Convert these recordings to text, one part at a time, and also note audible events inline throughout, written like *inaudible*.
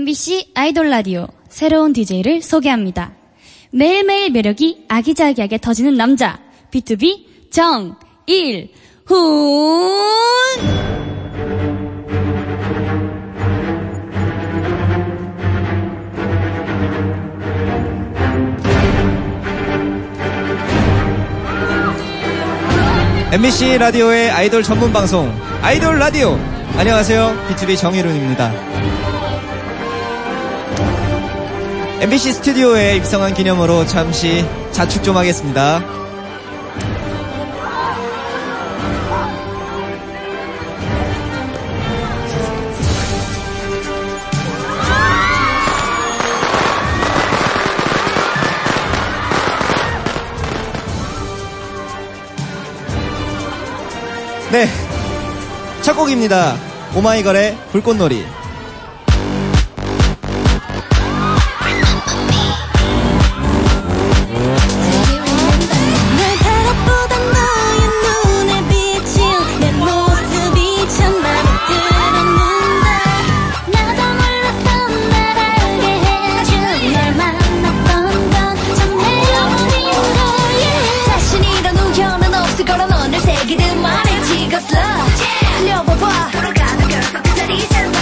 MBC 아이돌 라디오 새로운 DJ를 소개합니다. 매일매일 매력이 아기자기하게 터지는 남자 B2B 정일훈 MBC 라디오의 아이돌 전문 방송 아이돌 라디오 안녕하세요 B2B 정혜론입니다 MBC 스튜디오에 입성한 기념으로 잠시 자축 좀 하겠습니다 네 첫 곡입니다 오마이걸의 불꽃놀이 날 바라보던 너의 눈에 비친 내 모습이 참 맘에 들었는데 나도 몰랐던 날 알게 해준 날 만났던 건참 행운인 거야 자신이란 우연은 없을 거란 오늘 새기는 말에 찍었어 흘려봐봐 돌아가는 결국 그 자리잖아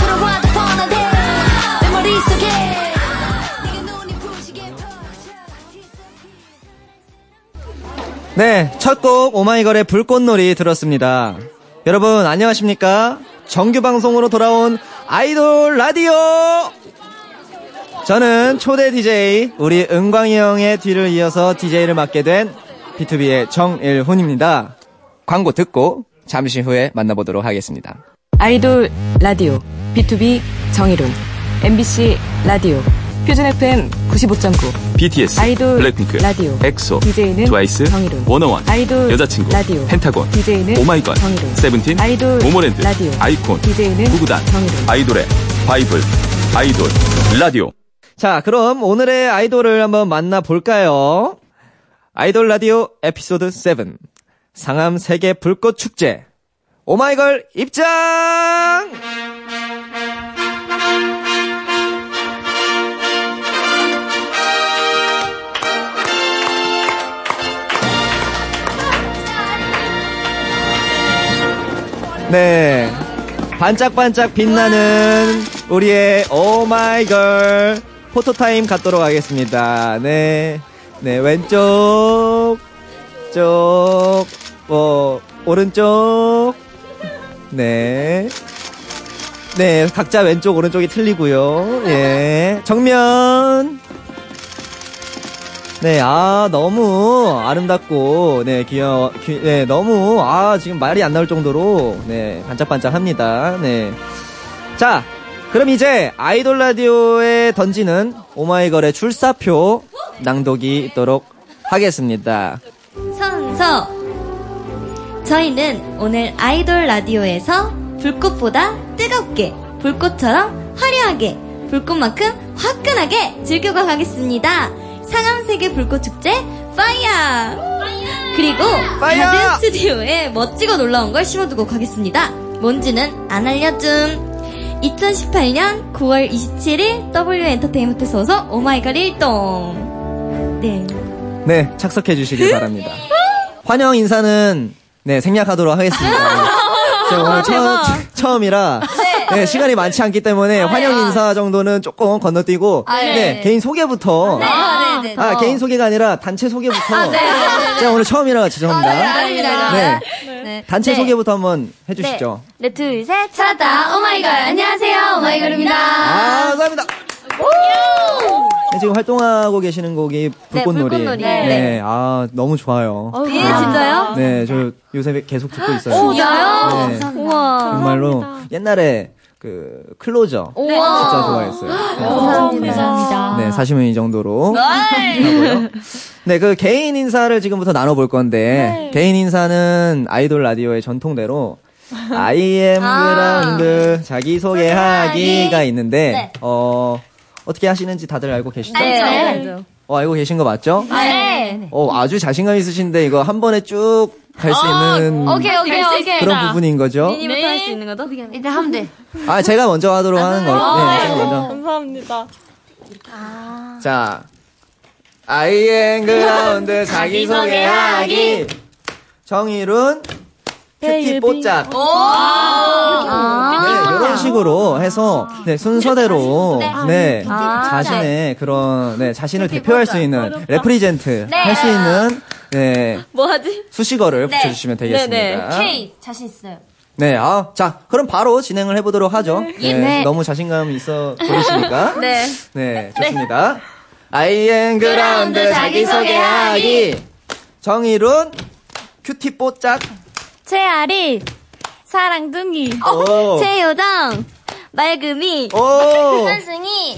들어와도 뻔한데 내 머릿속에 네가 눈이 부시게 퍼져 네, 첫 곡 오마이걸의 불꽃놀이 들었습니다. 여러분 안녕하십니까? 정규 방송으로 돌아온 아이돌 라디오. 저는 초대 DJ 우리 은광이 형의 뒤를 이어서 DJ를 맡게 된 B2B의 정일훈입니다. 광고 듣고 잠시 후에 만나보도록 하겠습니다. 아이돌 라디오 B2B 정의론 MBC 라디오 표준 FM 95.9 BTS, 아이돌 블랙핑크, 라디오 엑소, DJ는 트와이스, 정의론 워너원, 아이돌 여자친구, 라디오 펜타곤, DJ는 오마이걸, 정의론 세븐틴, 아이돌 모모랜드, 라디오 아이콘, DJ는 구구단, 정의론 아이돌의 바이블, 아이돌 라디오. 자, 그럼 오늘의 아이돌을 한번 만나볼까요? 아이돌 라디오 에피소드 7. 상암 세계 불꽃 축제. 오마이걸 입장! 네. 반짝반짝 빛나는 우리의 오마이걸 포토타임 갖도록 하겠습니다. 네. 네, 왼쪽, 쪽, 어, 오른쪽. 네. 네, 각자 왼쪽, 오른쪽이 틀리고요. 예. 정면. 네, 아, 너무 아름답고, 네, 귀여워, 귀- 네, 너무, 아, 지금 말이 안 나올 정도로, 네, 반짝반짝 합니다. 네. 자, 그럼 이제 아이돌 라디오에 던지는 오마이걸의 출사표 낭독이 있도록 하겠습니다. 선서 저희는 오늘 아이돌 라디오에서 불꽃보다 뜨겁게 불꽃처럼 화려하게 불꽃만큼 화끈하게 즐겨가 가겠습니다 상암세계 불꽃축제 파이어 그리고 파이어! 가든 스튜디오에 멋지고 놀라운 걸 심어두고 가겠습니다 뭔지는 안 알려줌 2018년 9월 27일 W엔터테인먼트 소속 오마이걸 1동 네 네, 착석해 주시길 바랍니다. 환영 인사는, 네, 생략하도록 하겠습니다. 제가 오늘 처음, 처음이라, 아, 네, 시간이 많지 않기 때문에 환영 인사 정도는 조금 건너뛰고, 네. 네, 개인 소개부터 아, 네, 네. 아, 개인 소개가 아니라 네. 단체 소개부터. 제가 오늘 처음이라 죄송합니다. 네. 단체 소개부터 한번 해주시죠. 네, 둘, 셋, 찾았다. 오마이걸. 안녕하세요. 오마이걸입니다. 아, 감사합니다. 네, 지금 활동하고 계시는 곡이 불꽃놀이. 불꽃놀이. 네, 네. 아, 너무 좋아요. 예, 진짜요? 네, 저 요새 계속 듣고 있어요. 진짜요? 네, 우와. 정말로 옛날에 그 클로저 네. 우와. 진짜 좋아했어요. 감사합니다. 네, 네, 사심은 이 정도로. 하고요. 네, 그 개인 인사를 지금부터 나눠볼 건데, 개인 인사는 아이돌 라디오의 전통대로, IM 그라운드 자기소개하기가 있는데, 어, 어떻게 하시는지 다들 네. 알고 계시죠? 네. 어, 알고 계신 거 맞죠? 네. 어, 아주 자신감 있으신데 이거 한 번에 쭉 갈 수 있는 오케이, 오케이, 오케이. 그런 부분인 거죠? 미니부터 할 수 있는 거죠? 어떻게 하면? 네. 이제 하면 돼. 아, 제가 먼저 하도록 하는 거. 네, 제가 먼저. 감사합니다. 아. 자. 아이엔 그라운드 자기소개하기. 정일훈 큐티 뽀짝. 네, 이런 식으로 해서 네, 순서대로 네, 아, 자신의 그런 네, 자신을 대표할 수 있는 레프리젠트 할 수 있는 네, 뭐 하지? 수식어를 붙여주시면 네. 되겠습니다. 오케이. 자신 있어요. 네, 아, 자, 그럼 바로 진행을 해보도록 하죠. 네, 너무 자신감 있어 보이시니까. *laughs* 네. 네, 좋습니다. 아이엔 그라운드 자기소개하기. 정일훈, 큐티 뽀짝. 최아리, 사랑둥이, 어, 오. 최요정, 맑음이, 오. 현승이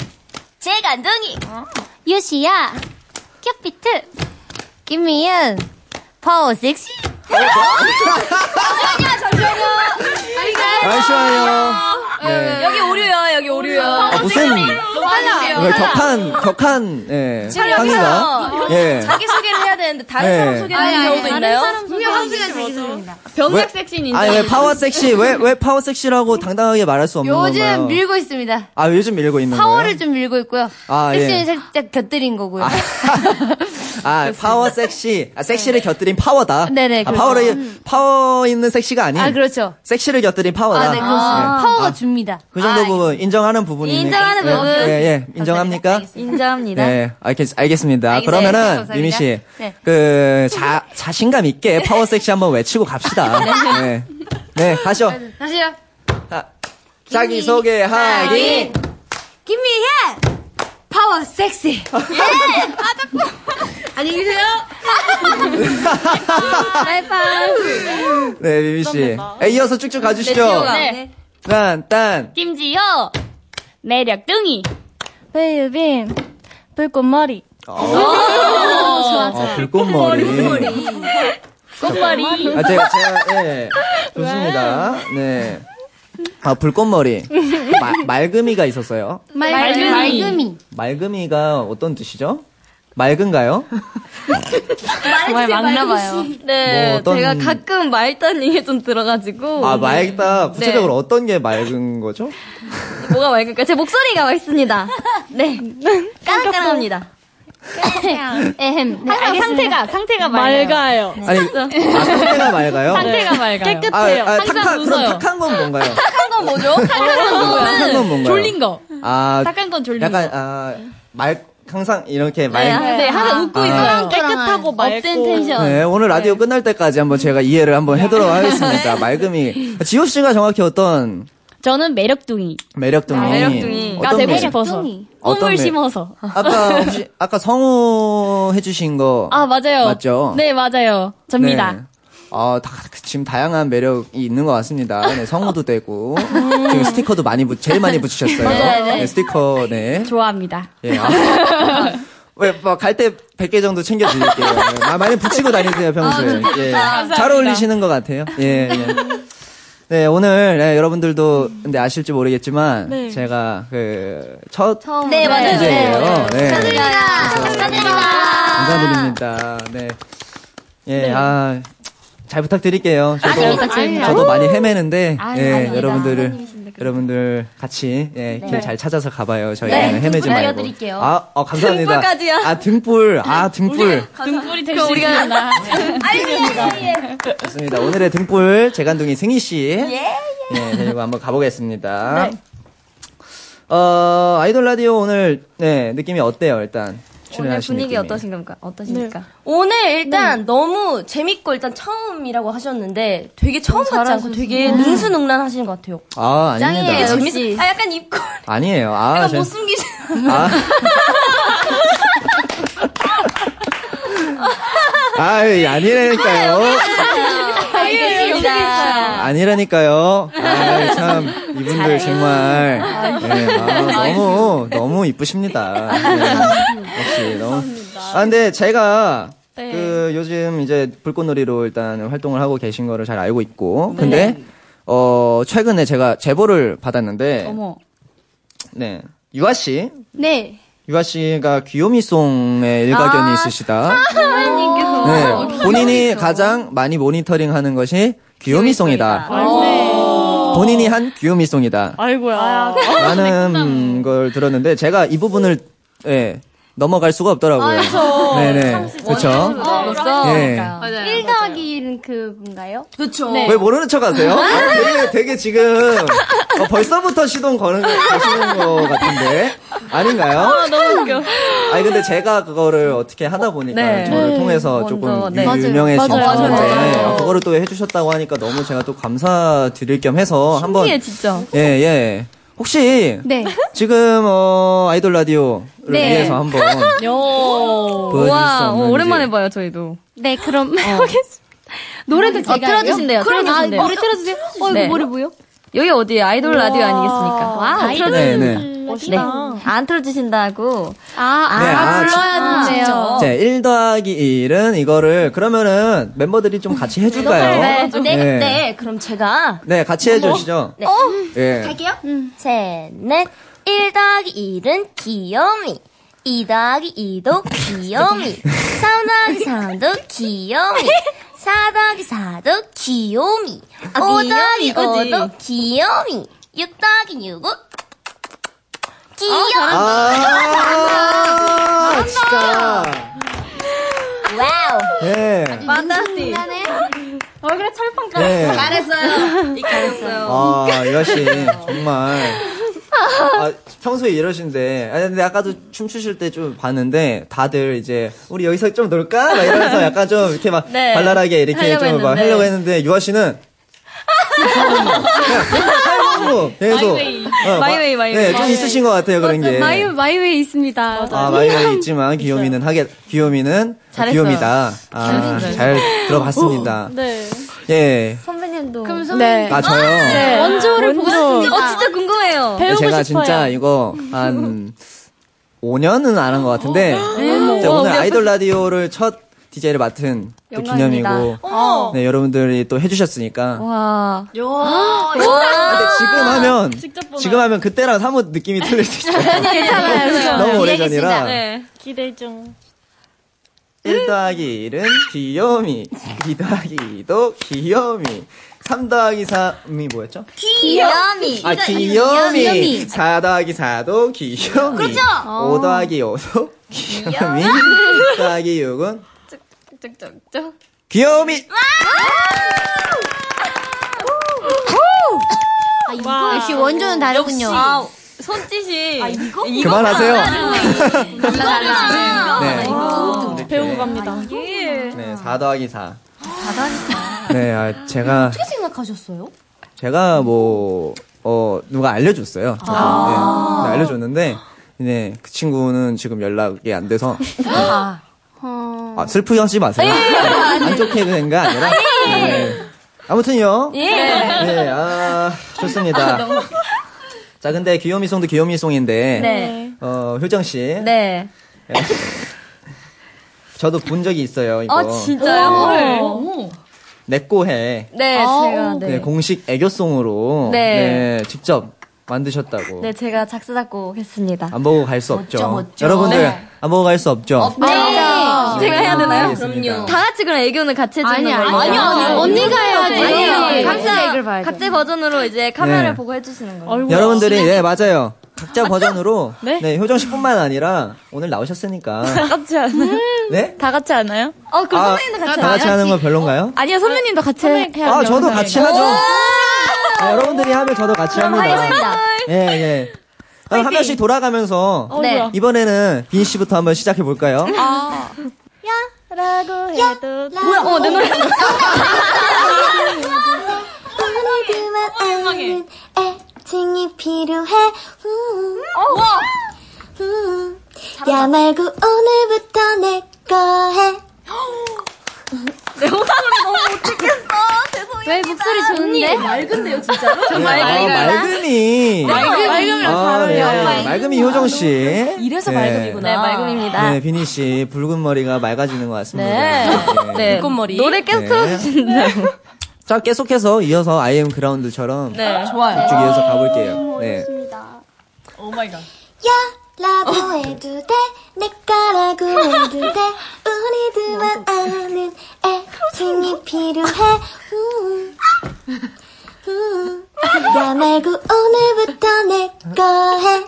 제간둥이 유시야 큐피트 김미윤 파워 섹시 잠시만요. 네. 여기 오류야, 여기 오류야. 아, 무슨 빨라. 이걸 격한 격한 예, 상의가 예. 자기 소개를 해야 되는데 다른 네. 사람 소개하는 경우도 있나요? 병력 섹시인 아니 왜 파워 섹시 왜 왜 파워 섹시라고 당당하게 말할 수 없는 건가요? 요즘 밀고 있습니다. 아 요즘 밀고 있는 파워를 거예요? 좀 밀고 있고요. 아, 예. 섹시는 살짝 곁들인 거고요. *laughs* 아, 아 파워 섹시 아 섹시를 곁들인 파워다. 네. 네네, 아, 그렇죠. 파워를 파워 있는 섹시가 아닌. 아, 그렇죠. 섹시를 곁들인 파워다. 아, 네, 그렇습니다. 예. 파워가 아, 줍니다. 그 정도 부분 인정하는 부분이니까. 인정하는 예, 부분. 예, 예. 인정합니까? 인정합니다. 네, 알겠, 알겠습니다. 그러면은, 감사합니다. 유미 씨. 네. 그, 자, 자신감 있게 파워 섹시 한번 외치고 *laughs* 갑시다. 네. 네, 가시죠. 다시요. 자, *laughs* 자기소개하기. 김미혜! 파워 섹시! 네, 유미 씨. 에, 이어서 쭉쭉 가주시죠. 네. 딴, 딴. 김지효, 매력둥이, 배유빈, 불꽃머리. 어, 불꽃머리. 꽃머리. 아, 제가, 제가, 예. 좋습니다. 네. 아, 불꽃머리. 마, 맑음이가 있었어요. 맑음이. 맑음이. 맑음이가 어떤 뜻이죠? 맑은가요? 정말 막나봐요. 네, 뭐 어떤- 제가 가끔 말단 얘기 좀 들어가지고. 아, 맑다. 구체적으로 어떤 게 맑은 거죠? 아. 뭐가 맑을까? 제 목소리가 맑습니다. *laughs* 네. 깜깜합니다. 에헴. 네, 항상 알겠습니다. 상태가 상태가 맑아요. 맑아요. 아니, 아, 상태가 맑아요? 상태가 맑아요. 아, 깨끗해요. 아, 항상 탁한, 그럼 웃어요. 탁한 건 뭔가요? 탁한 건 뭐죠? 탁한 건 탁한 건 뭔가요? 졸린 거. 아, 탁한 건 졸린 약간, 아, 말, 항상 이렇게 말. 네, 항상 웃고 있어요. 깨끗하고 업된 텐션. 네, 오늘 라디오 끝날 때까지 한번 제가 이해를 한번 해도록 하겠습니다. 맑음이. 지호 씨가 정확히 어떤 저는 매력둥이. 매력둥이. 매력둥이가 아, 어떤 되고 매- 싶어서. 어떤 꿈을 매- 심어서. 아까 혹시, 아까 성우 해주신 거. *laughs* 아, 맞아요. 맞죠? 네, 맞아요. 네. 접니다. 아, 다, 지금 다양한 매력이 있는 것 같습니다. 네, 성우도 되고, 지금 스티커도 많이 붙, 제일 많이 붙이셨어요. 네, 스티커, 네. 좋아합니다. 예. 아. 왜, 뭐, 갈때 100개 정도 챙겨드릴게요. 예, 마- 많이 붙이고 다니세요, 평소에. 예. 잘 어울리시는 것 같아요. 예, 예. 네, 오늘, 네, 여러분들도, 근데 아실지 모르겠지만, 제가, 그, 첫, 네, 맞아요. 문제예요. 네. 감사합니다. 감사드립니다. 네. 예, 아, 잘 부탁드릴게요. 저도, 아닙니다. 저도 많이 헤매는데, 예, 아닙니다. 여러분들을, 여러분들 같이, 예, 길 잘 찾아서 가봐요. 저희는 네, 헤매지 등불 말고. 알려드릴게요. 아, 어, 감사합니다. 등불까지요? 아, 등불. 아, 등불. 등불이 될 수 있나? 좋습니다. 오늘의 등불, 재간둥이 승희씨. 예, 예. 데리고 한번 가보겠습니다. 어, 아이돌 라디오 오늘, 네, 느낌이 어때요, 일단? 오늘 출연하신 분위기 느낌이. 네. 어떠신가? 네. 어떠십니까? 오늘 일단 너무 재밌고 일단 처음이라고 하셨는데 되게 어, 처음 같지 않고 되게 능수능란 하시는 것 같아요. 아, 아닙니다. 짱이에요. 역시. 재밌... 아 약간 입꼬리 *laughs* 아니에요. 아, 약간 저- 못 숨기시. *laughs* 아. 아이, 아니라니까요. 네. 알겠습니다. 아니라니까요. 아이, 참, 이분들 정말. 네, 아, 너무, 너무 이쁘십니다. 네, 역시, 너무. 아, 근데 제가, 네. 그, 요즘 이제 불꽃놀이로 일단 활동을 하고 계신 거를 잘 알고 있고. 네. 근데, 어, 최근에 제가 제보를 받았는데. 어머. 네. 아. 유아 씨. 네. 유아 씨가 귀요미송에 일가견이 있으시다. *laughs* 네, 본인이 가장 많이 모니터링 하는 것이 귀요미송이다. 네. 본인이 한 귀요미송이다. 아. 아이고야. 라는 걸 들었는데 제가 이 부분을 예, 넘어갈 수가 없더라고요. 네네. 그렇죠. 어, 예. 일 더하기 1은 그건가요? 그쵸. 네. 왜 모르는 척 하세요? 아, 되게, 되게 지금 어, 벌써부터 시동 거는 거시는 것 같은데 아닌가요? 너무 웃겨. 아니 근데 제가 그거를 어떻게 하다 보니까 네. 저를 통해서 조금 네. 유- 유명해진 맞아요. 건데 맞아요. 아, 그거를 또 해주셨다고 하니까 너무 제가 또 감사드릴 겸 해서 한번 신기해, 진짜. 예 예. 혹시 네. 지금 어, 아이돌 라디오를 네. 위해서 한번 보여줄 수 와, 어, 없는지. 오랜만에 봐요, 저희도. 네, 그럼 하겠습니다. 노래도 제가 틀어주신대요, 그럼 아, 틀어주신대요. 노래 아, 틀어주세요. 어, 이거 네. 노래 뭐요? 여기 어디 아이돌 라디오 아니겠습니까? 와, 아이돌. 네, 네. 네. 안 틀어주신다고. 아, 아, 네, 아, 불러야 되네요. 자, 1 더하기 1은 이거를 그러면은 멤버들이 좀 같이 해줄까요? 네, 네, 네. 네. 그럼 제가 네, 같이 해주시죠. 네. 예. 갈게요. 셋, 넷. 1 더하기 1은 귀요미. 2 더하기 2도 귀요미. 3 더하기 3도 귀요미. 4 더하기 4도 귀요미. 아, 5 더하기 5도 귀요미. 6 더하기 6은 귀요미. 아, 아, 진짜. 와우. 예. 만나스티. 얼굴에 철판 그러니까 깔 예. 잘했어요. 이겼어요. 아, 유아씨, 정말. 아, 평소에 이러신데. 아니, 근데 아까도 춤추실 때 좀 봤는데, 다들 이제, 우리 여기서 좀 놀까? 막 이러면서 약간 좀 이렇게 막 네. 발랄하게 이렇게 하려고 좀 막 했는데. 하려고 했는데, *laughs* 유아씨는. 그냥 계속. 어, 마이웨이, 어, 마이웨이. 네, 좀 있으신 것 같아요, 그런 게. 마이 마이웨이 있습니다. 아, 마이웨이 있지만 귀요미는 하게 귀요미는 잘했어요. 귀요미다. 아, 잘 들어봤습니다. 네. 예. 선배님도. 그럼 선배님 아, 저요. 원조를 보고 싶습니다. 어, 진짜 궁금해요. 배우고 제가 싶어요. 진짜 이거 한 5년은 안 한 것 같은데 자, 오늘 아이돌 라디오를 첫 DJ를 맡은 또 기념이고 네, 여러분들이 또 해주셨으니까 와. 근데 지금 하면 지금 하면 그때랑 사뭇 느낌이 틀릴 수 있어요. 괜찮아요. *laughs* 너무 오래전이라 기대 좀. 1 더하기 1은 귀요미, 2 더하기 2도 귀요미, 3 더하기 3이 뭐였죠? 귀요미. 아, 귀요미! 4 더하기 4도 귀요미. 그렇죠! 5 더하기 5도 귀요미, 6 더하기 6은 쭉쭉쭉쭉. 귀요미! 아, 역시 원조는 다르군요. 손짓이. 아, 그만하세요! 달라. 네. 배우고 갑니다. 네, 4 더하기 4. 4 더하기 4. 네, 아, 제가, 어떻게 생각하셨어요? 제가 뭐, 어, 누가 알려줬어요. 네, 네, 알려줬는데, 네, 그 친구는 지금 연락이 안 돼서. 네. 아, 슬프게 하지 마세요. 안 좋게 된 게 아니라. 네. 아무튼요. 예. 네, 아, 좋습니다. 자, 근데 귀요미송도 귀요미송인데, 네. 어, 효정씨. 네. 저도 본 적이 있어요, 이거. 진짜요? 내꼬해. 네, 제가, 네. 네. 공식 애교송으로 네. 네, 직접 만드셨다고. 네, 제가 작사, 작곡 했습니다. 안 보고 갈 수 없죠. 멋져. 여러분들 안 보고 갈 수 없죠. 네. 제가 해야 되나요? 그럼요. 다 같이 그럼 애교는 같이 해주는 아니, 거예요. 아니, 아니, 아니. 언니가 해야지. 아니요. 각자 각자 애교를 봐야 돼. 각자 버전으로 이제 카메라를 네. 보고 해주시는 거예요. 얼굴. 여러분들이 예 맞아요. 각자 버전으로 네? 효정 씨뿐만 아니라 오늘 나오셨으니까 *laughs* 다 같이 하나요? 네? 다 같이 하나요? 어, 그럼 아, 선배님도 다 같이 같이 하는 건 별론가요? 아니요, 선배님도 같이 해야 돼요. 아 저도 같이 하죠. 네, 여러분들이 하면 저도 같이 합니다. 예 예. 그럼 한 명씩 돌아가면서 네. 이번에는 빈 씨부터 한번 시작해 볼까요? 라고 해도 뭐야? 어, 내 노래. 아무리그만 아는 애칭이 필요해. 음. 어, 음. 야 말고 오늘부터 내 거 해. 왜 목소리 좋은데? 네, 아, 맑음이. 맑음이랑 아, 네. 맑음이 효정 씨. 이래서 맑음이구나. 네, 맑음입니다. 네, 비니 씨 붉은 머리가 맑아지는 것 같습니다. 네. 네. 꽃머리. 노래 계속 네. 틀어주신다고. 자, 계속해서 이어서 I am 그라운드처럼 네. 좋아요. 쭉 이어서 가볼게요. 네. 야, 라, 어. 나도 해도 돼, 내 거라고 해도 돼, 우리들만 아는 애칭이 필요해. 우, 우. 나 말고 오늘부터 내 거 해.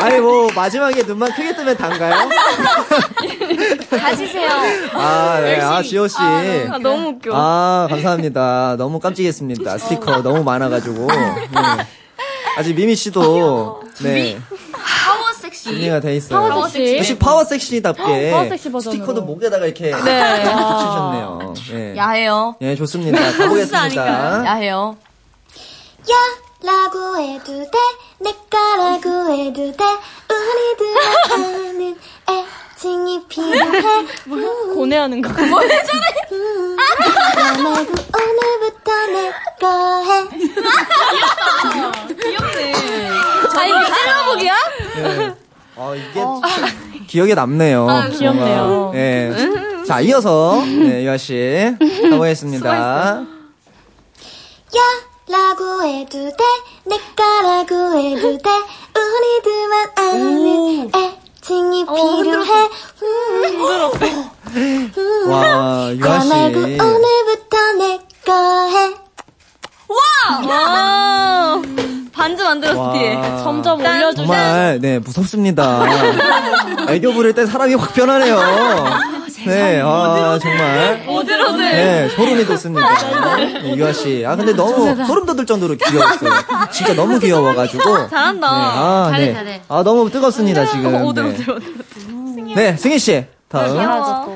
아니 뭐 마지막에 눈만 크게 *laughs* 뜨면 단가요? 가지세요. 아, 네. 아 지호 씨. 아, 너무 웃겨. 아, 감사합니다. 너무 깜찍했습니다. 스티커 너무 많아가지고. 네. 아직 미미 씨도 네 파워 섹시. 준비가 돼 있어요. 파워 섹시. 어, 역시 파워 섹시답게 파워 섹시 버전으로. 스티커도 목에다가 이렇게 네. 붙이셨네요. 네. 야해요. 예, 좋습니다. 가보겠습니다. 야해요. 야! 라고 해도 돼, 내 거라고 해도 돼, 우리들만 아는 애칭이 *laughs* 필요해. 우. 고뇌하는 거. 나 말고 오늘부터 내 거 해. 아니, 이거 찔러보기야? 네. 어, 이게 기억에 남네요. 귀엽네요. 예. 자, 이어서 네, 유아 씨 가보겠습니다. 야 라고 해도 돼내 거라고 해도 돼 우리들만 아는 애칭이 어, 필요해 음. 와, 유아 씨. 말고 오늘부터 내 거해 반지 만들었어, 와. 뒤에. 예, 아. 점점 올려주세요. 정말 *laughs* 네 무섭습니다. 애교 부릴 때 사람이 확 변하네요. 아, 네, 아 정말. 네, 소름이 돋습니다. 네, 유아 씨, 아 근데 너무 소름 돋을 정도로 귀여웠어요. 진짜 너무 귀여워가지고. *laughs* 잘한다. 어, 네, 아, 잘해, 네. 잘해. 아 너무 뜨겁습니다 지금. 오들, 네. 오들, 오들. 네, 승희 씨 아, 다음. 야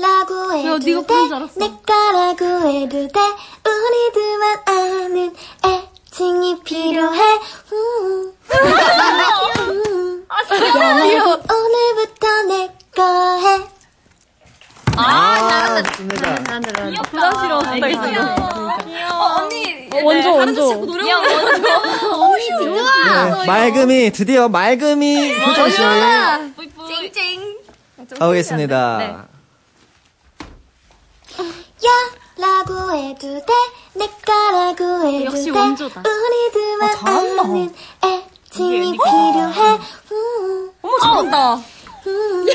라고 해도 네가 부른 줄 알았어. 돼내 거라고 해도 돼 우리들만 아는 애칭이 필요해 우. 우. 나 말고 오늘부터 내 거해 아, 잘한다. 부담스러웠다, 이거. 언니 원조, 원조. 아, 네, 맑음이 드디어 맑음이 네, 효정 씨 찡찡. 가보겠습니다. 네. 야 라고 해도 돼내 거라고 해도 돼 우리들만 아는 애칭이 필요해 우, 어머 잘한다. 우. 야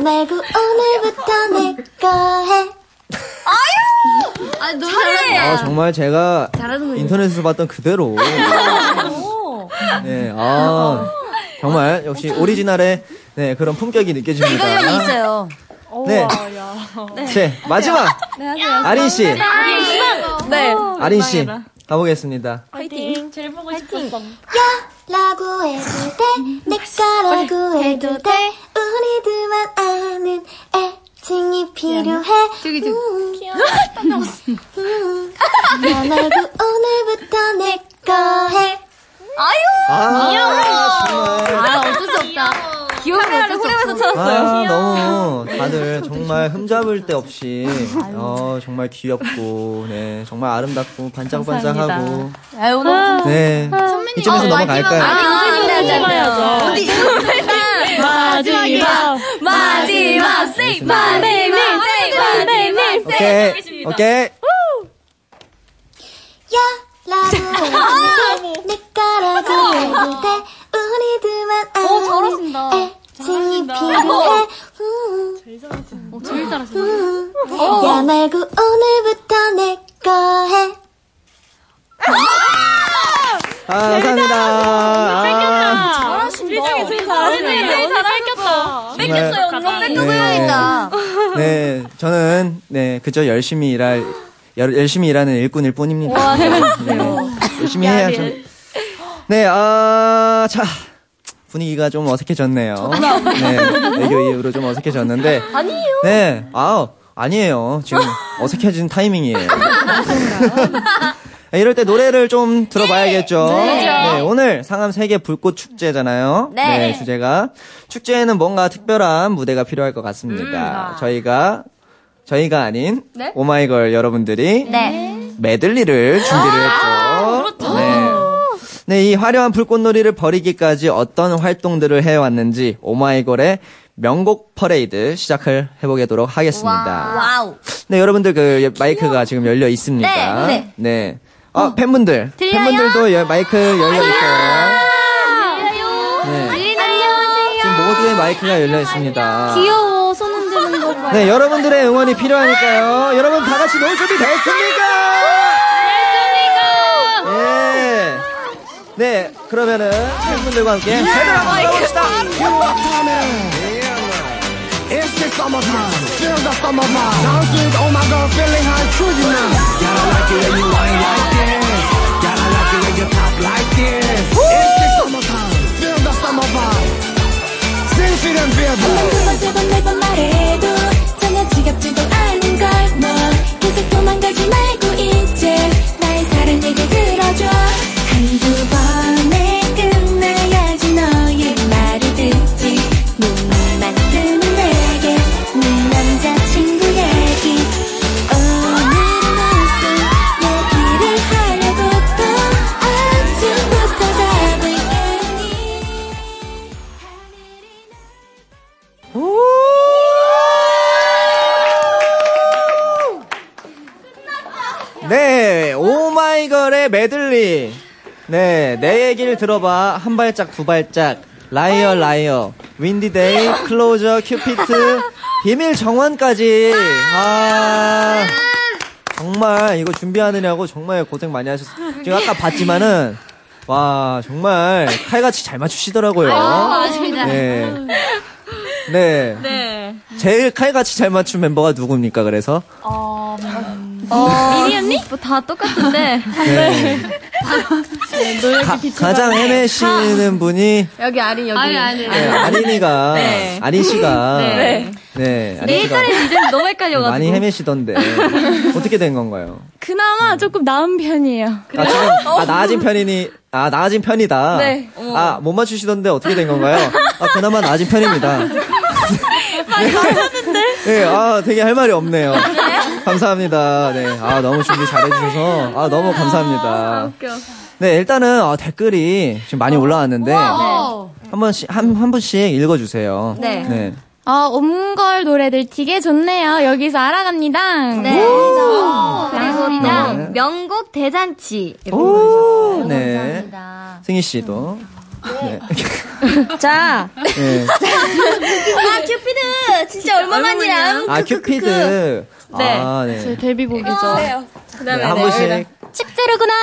말고 오늘부터 내 거해 아니, 너무 잘해. 아, 정말 제가 인터넷에서 봤던 *laughs* 그대로. 네, 아, 정말 역시 오리지널의 네, 그런 품격이 느껴집니다. 있어요. 네. 네, 마지막! 아린씨, 네. 아린씨, 가보겠습니다. 파이팅. 제일 보고 싶었어. 라고 해도 음, 돼내 거라고 해도 돼 우리들만 아는 애칭이 필요해 저기, 저기. 음. 음. 나 말고 오늘부터 내 거해 아, 정말. 아, 어쩔 수 없다. 카메라를 후렴에서 네. 찾았어. 아, 너무 다들 정말 흠잡을 데 없이, 어, 정말 귀엽고, 네, 정말 아름답고, 반짝반짝하고, 아유 오늘 네. 이쯤에서 넘어갈까요? 해야죠. 마지막. 마지막 세이 마네 오케이, 오케이. 야 라고 해도 돼내 거라고 해도 돼 우리들만 어, 아는 애칭이 *laughs* 필요해 어, 음. 제일 잘하시네. 음. 야 말고 오늘부터 내 거해 아, 감사합니다. 아, 우리 중에 제일 잘하시네. 제일 잘하셨다. 정말, 네. 언니. 네, 네, 저는 네 그저 열심히 일할 열, 열심히 일하는 일꾼일 뿐입니다. 네, 열심히 해야죠. 네, 아, 자 분위기가 좀 어색해졌네요. 네, 애교 이후로 좀 어색해졌는데 아니에요. 네, 아 아니에요. 지금 어색해진 타이밍이에요. 네, 이럴 때 노래를 좀 들어봐야겠죠. 네, 오늘 상암 세계 불꽃 축제잖아요. 네. 주제가 축제에는 뭔가 특별한 무대가 필요할 것 같습니다. 저희가 저희가 아닌 오마이걸 여러분들이 네. 메들리를 준비를 했죠. 네. 네, 이 화려한 불꽃놀이를 벌이기까지 어떤 활동들을 해왔는지 오마이걸의 명곡 퍼레이드 시작을 해보도록 하겠습니다. 와우. 예, 네, 여러분들 그 마이크가 지금 열려 있습니다. 네. 아, 팬분들. 들려요? 팬분들도 예, 마이크 열려 있어요. 네. 아, 안녕하세요. 지금 모두의 마이크가 열려 있습니다. 귀여워, 손 흔드는 거 봐. 네, 여러분들의 응원이 필요하니까요. 여러분 다 같이 놀 준비 됐습니까? 예. 네, 그러면은 팬분들과 함께 네. 제대로 한번 놀아봅시다. 한번 세번 네 번 말해도 전혀 지겹지도 않은 걸 뭐 계속 도망가지 말고 이제 나의 사랑 얘기 들어줘 한두 번에 끝나야지 너의 말을 듣지 눈만 뜨면 내게 네 남자친구 얘기 오늘은 무슨 얘기를 하려고 또 아침부터 잡을 깨니 네, 오마이걸의 메들리. 네, 내 얘기를 들어봐. 한 발짝, 두 발짝. 라이어, 라이어. 윈디데이, 클로저, 큐피트, 비밀 정원까지. 아. 정말 이거 준비하느냐고 정말 고생 많이 하셨어요. 지금 아까 봤지만은, 와, 정말 칼같이 잘 맞추시더라고요. 맞습니다. 네. 네. 네. 제일 칼같이 잘 맞춘 멤버가 누굽니까, 그래서? 미니 언니? 뭐 다 똑같은데. 네. 가, 네. 가장 헤매시는 분이 여기 아린 여기. 아니, 아니. 네, 아린이가 *laughs* 아린 씨가 네, 아린 씨가 일단은 이제 너무 헷갈려가지고. 네. 많이 *laughs* 헤매시던데 어떻게 된 건가요? 음. 그나마 조금 나은 편이에요. 아, 지금 아, 나아진 편이니 아 나아진 편이다. 네. 아 못 맞추시던데 어떻게 된 건가요? 아 그나마 나아진 편입니다. *laughs* 많이 맞췄는데. 네, 아 되게 할 말이 없네요. 감사합니다. 네, 아 너무 준비 잘해주셔서 아 너무 감사합니다. 네, 일단은 아, 댓글이 지금 많이 올라왔는데 한 번씩 한, 한 분씩 읽어주세요. 네. 어, 옴걸 노래들 되게 좋네요. 여기서 알아갑니다. 네. 그리고 네. 다 명곡 대잔치. 이렇게 오, 네. 승희 씨도. 네. 자, 네. 아 큐피드 진짜 얼마만이랑. 아 큐피드. 아, *laughs* 네. 제 데뷔곡이죠. 네, 한 분씩 찝제로구나.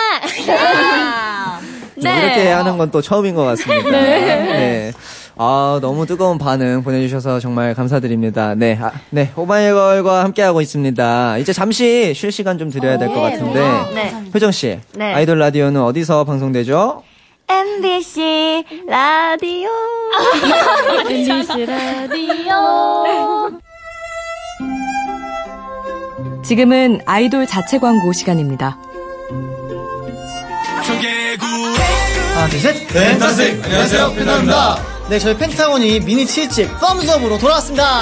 아. 네. 이렇게 하는 건 또 처음인 것 같습니다. 네. 아, 너무 뜨거운 반응 보내주셔서 정말 감사드립니다. 네. 아, 네. 오마이걸과 함께하고 있습니다. 이제 잠시 쉴 시간 좀 드려야 될 것 같은데. 네. 효정씨. 네. 아이돌 라디오는 어디서 방송되죠? MBC 라디오. 지금은 아이돌 자체 광고 시간입니다. 하나, 둘, 셋. 펜타스틱. 안녕하세요, 펜타입니다. 네, 저희 펜타곤이 미니 치즈집 썸즈업으로 돌아왔습니다.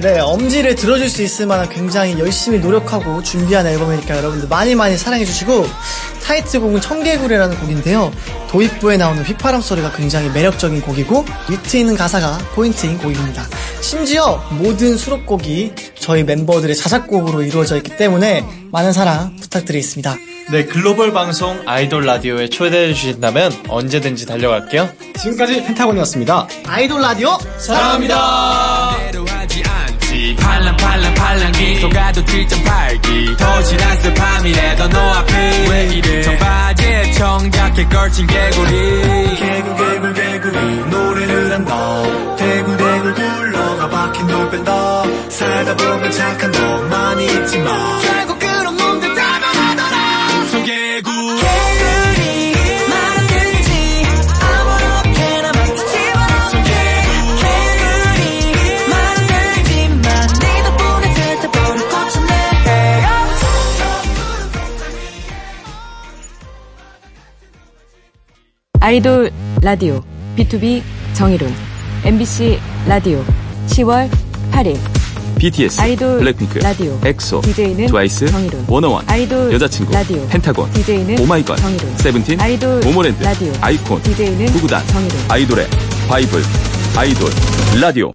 네, 엄지를 들어줄 수 있을 만한 굉장히 열심히 노력하고 준비한 앨범이니까 여러분들 많이 많이 사랑해주시고, 타이틀곡은 청개구리라는 곡인데요. 도입부에 나오는 휘파람 소리가 굉장히 매력적인 곡이고, 위트 있는 가사가 포인트인 곡입니다. 심지어 모든 수록곡이 저희 멤버들의 자작곡으로 이루어져 있기 때문에 많은 사랑 부탁드리겠습니다. 네, 글로벌 방송 아이돌 라디오에 초대해 주신다면 언제든지 달려갈게요. 지금까지 펜타곤이었습니다. 아이돌 라디오 사랑합니다. 아이돌 라디오 B2B 정의론 MBC 라디오 10월 8일 BTS, 아이돌 블랙핑크, 라디오. 엑소, DJ는 트와이스, 정의론. 워너원, 아이돌 여자친구, 라디오. 펜타곤, DJ는 오마이걸, 정의론. 세븐틴, 아이돌 모모랜드, 라디오. 아이콘, DJ는 구구단, 정의론. 아이돌의 바이블, 아이돌 라디오.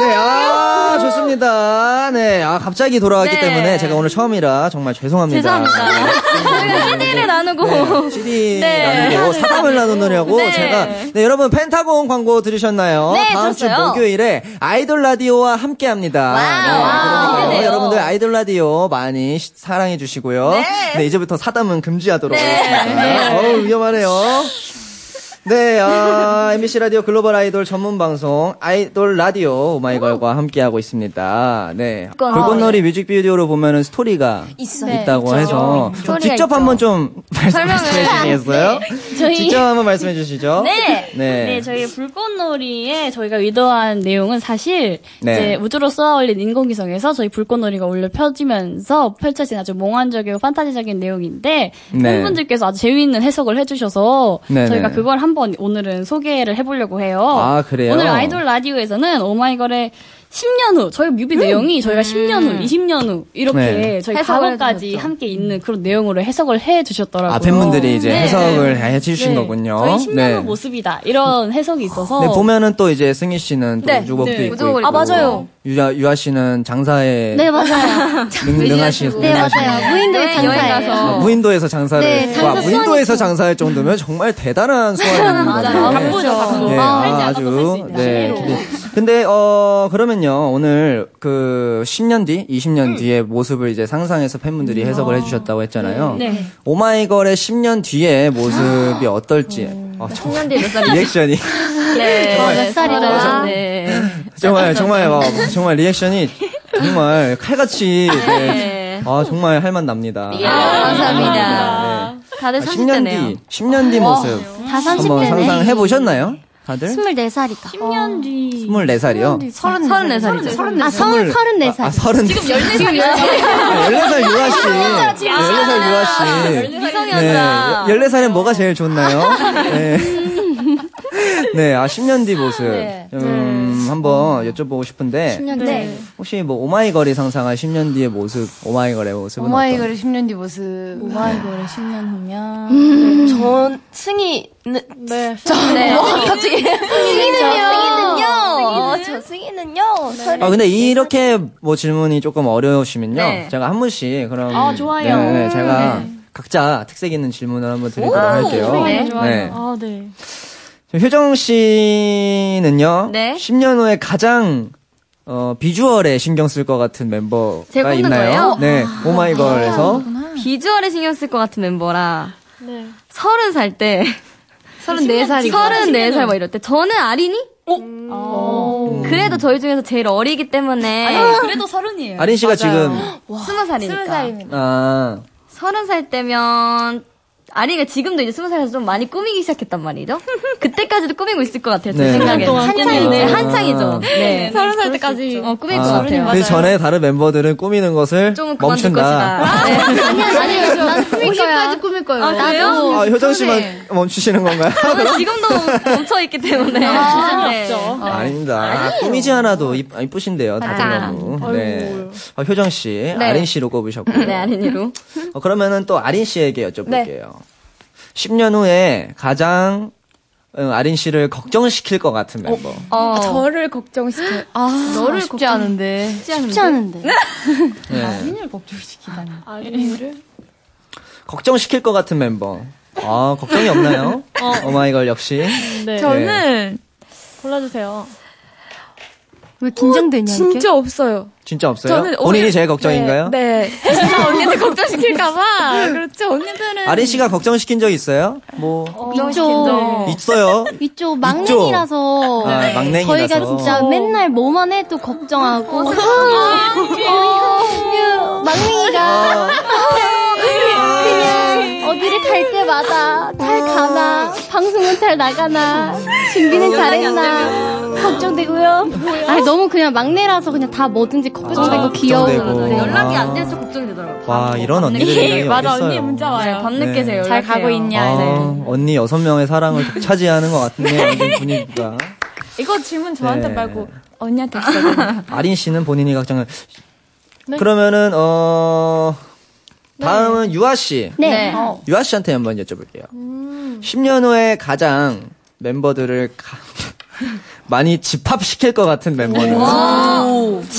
네, 아, 좋습니다. 네, 아, 갑자기 돌아왔기 네. 때문에 제가 오늘 처음이라 정말 죄송합니다. 네. 죄송합니다. 저희가 CD를 나누고. CD 나누고 사담을 나누느냐고 네. 제가 네 여러분 펜타곤 광고 들으셨나요? 네, 다음 주 들었어요. 목요일에 아이돌 라디오와 함께합니다. 네, 그러니까요. 기대돼요. 여러분들 아이돌 라디오 많이 시- 사랑해 주시고요. 네. 이제부터 사담은 금지하도록 하겠습니다. 네. 어우 위험하네요. 네, 아, *laughs* MBC 라디오 글로벌 아이돌 전문 방송 아이돌 라디오 오마이걸과 함께하고 있습니다. 어, 네, 아, 불꽃놀이 예. 뮤직비디오로 보면은 스토리가 있어요. 있다고 네, 해서 스토리가 직접 있죠. 한번 좀 설명을- 말씀해 주시겠어요? 네, 저희- 직접 한번 말씀해 주시죠. 네. 네. 네. 저희 불꽃놀이에 저희가 의도한 내용은 사실 네. 이제 우주로 쏘아올린 인공위성에서 저희 불꽃놀이가 올려 펴지면서 펼쳐진 아주 몽환적이고 판타지적인 내용인데 네. 팬분들께서 아주 재미있는 해석을 해주셔서 네, 저희가 네. 그걸 한번 오늘은 소개를 해보려고 해요. 아, 그래요? 오늘 아이돌 라디오에서는 오마이걸의 10년 후 저희 뮤비 내용이 저희가 10년 후, 20년 후 이렇게 음. 네. 저희 해석을 음. 과거까지 함께 있는 그런 내용으로 해석을 해주셨더라고요. 아 팬분들이 이제 네. 해석을 해주신 네. 거군요. 저희 10년 후 모습이다 이런 해석이 있어서 네, 보면은 또 이제 승희 씨는 또 네, 우주복도 네. 입고 우주복을 입고. 있고, 아, 맞아요. 유아 유아 씨는 장사에 네, 맞아요. 능, 능하시고 네, 맞아요. 무인도에 여행 장사예요. 아, 무인도에서 장사를 네, 장사 와, 수완이 무인도에서 장사할 정도면 정말 대단한 수완인 *laughs* 맞아요. 거죠. 바쁘죠, 바쁘죠. 네, 아, 아, 아주 네. 근데, 근데 어 그러면요 오늘 그 10년 뒤, 20년 뒤의 모습을 이제 상상해서 음. 팬분들이 아. 해석을 해주셨다고 했잖아요. 네. 오마이걸의 10년 뒤의 모습이 어떨지. 음. 아, 저- 10년 뒤에 몇 살이죠? *laughs* 리액션이 네. 정말 몇 살이라. 네. 정말 정말 와, 정말 리액션이 정말 *laughs* 칼같이 네. 아 정말 할만 납니다. 아, 감사합니다. 다들 10년 30대네요. 네. 아, 뒤, 10년 뒤 모습 다 한번 30대네. 상상해 보셨나요? 다들? 24살이다. 10년 뒤. 24살이요? 34살이죠. 스물- 아, 서른, 서른 네 아, 살 서른. 지금 지금 14살 유아 씨. 14살 유아 씨. 네, 미성년자. 14살엔 뭐가 제일 좋나요? 네. 네, 아, 10년 뒤 모습. 음, 한번 여쭤보고 싶은데. 10년 뒤. 네. 혹시 뭐, 오마이걸이 상상한 10년 뒤의 모습, 오마이걸의 모습은 어떤? 오마이걸의 10년 뒤 모습. 오마이걸의 10년 후면. 전 뭐, 승희 네. 저 네. 뭐, 갑자기 승희는요. 어, 저 승희는요. 아, 근데 이렇게 뭐 질문이 조금 어려우시면요. 네. 제가 한 분씩, 그럼. 아, 좋아요. 네, 네, 제가 네. 각자 특색 있는 질문을 한번 드리도록 오, 할게요. 좋아요, 좋아요. 네. 아, 네. 저 효정 씨는요. 네. 10년 후에 가장 어, 비주얼에 신경 쓸 것 같은 멤버가 제가 뽑는 있나요? 거예요? 네. 오마이걸에서 비주얼에 신경 쓸 것 같은 멤버라. 네. 서른 살 때. 34살 이구나. 서른 네 살 막 이럴 때. 저는 아린이? 음. 그래도 저희 중에서 제일 어리기 때문에. 그러니까. 아니, 그래도 서른이에요. 아린 씨가 지금 스무 살이니까. 아, 서른 살 때면 아리가 지금도 이제 스무 살에서 좀 많이 꾸미기 시작했단 말이죠. *laughs* 그때까지도 꾸미고 있을 것 같아요. 제 네. 생각에 한동안 한창이네. 꾸미고. 한창이죠. 네. 서른 살 때까지. 어, 꾸밀 것 아, 같아요. 그 전에 다른 멤버들은 꾸미는 것을 좀 그만둘 멈춘다. 것이다. 아니야, 아니야. 난 난 꾸밀 50까지 꾸밀 거예요. 아, 그래요? 아, 효정 씨만 멈추시는 건가요? 저는 지금도 멈춰있기 때문에. 아, 네. 없죠. 어. 아닙니다. 꾸미지 않아도 이- 이쁘신데요, 다들 맞아. 너무. 네. 어, 효정 씨, 아린 씨로 꼽으셨고. 네, 아린이로. 어, 그러면은 또 아린 씨에게 여쭤볼게요. 네. 10년 후에 가장 어, 아린 씨를 걱정시킬 것 같은 멤버. 아, 저를 걱정시켜. 아, 너를 쉽지 걱정- 않은데. 쉽지 않은데. 네. 아린이를 걱정시키다니. 아린이를? 걱정시킬 것 같은 멤버. 아, 걱정이 없나요? 어. 어. 마이걸 역시. 네. 저는 골라주세요. 왜 긴장되냐? 진짜 없어요. 진짜 없어요? 저는 본인이 오늘- 제일 걱정인가요? 네. 네. 진짜 언니들 걱정시킬까봐. 그렇죠. 언니들은. 아린 씨가 걱정시킨 적 있어요? 뭐 이쪽. 있어요. 이쪽 막내이라서 아, 막내이라서. 저희가 진짜 맨날 뭐만 해도 걱정하고 어, 막내이가 그냥 어디를 갈 때마다 잘 가나 방송은 잘 나가나 준비는 잘했나 걱정되고요. 아니 너무 그냥 막내라서 그냥 다 뭐든지 걱정되고 귀여운 걱정되고. 연락이 안 돼서 걱정되더라고요. 와, 이런 네. 예, 언니들이 예, 어딨어요. 와요. 밤늦게 네. 제가 잘 가고 연락해요. 있냐. 아, 네. 언니 여섯 명의 사랑을 독 차지하는 것 같네요. 완전 분위기가. 이거 질문 저한테 네. 말고 언니한테 *laughs* 있어요. 아린 씨는 본인이 걱정을. 네. 그러면은 어 다음은 유아 씨. 네. 어. 유아 씨한테 한번 여쭤볼게요. 10년 후에 가장 멤버들을 가- *laughs* 많이 집합시킬 것 같은 멤버는.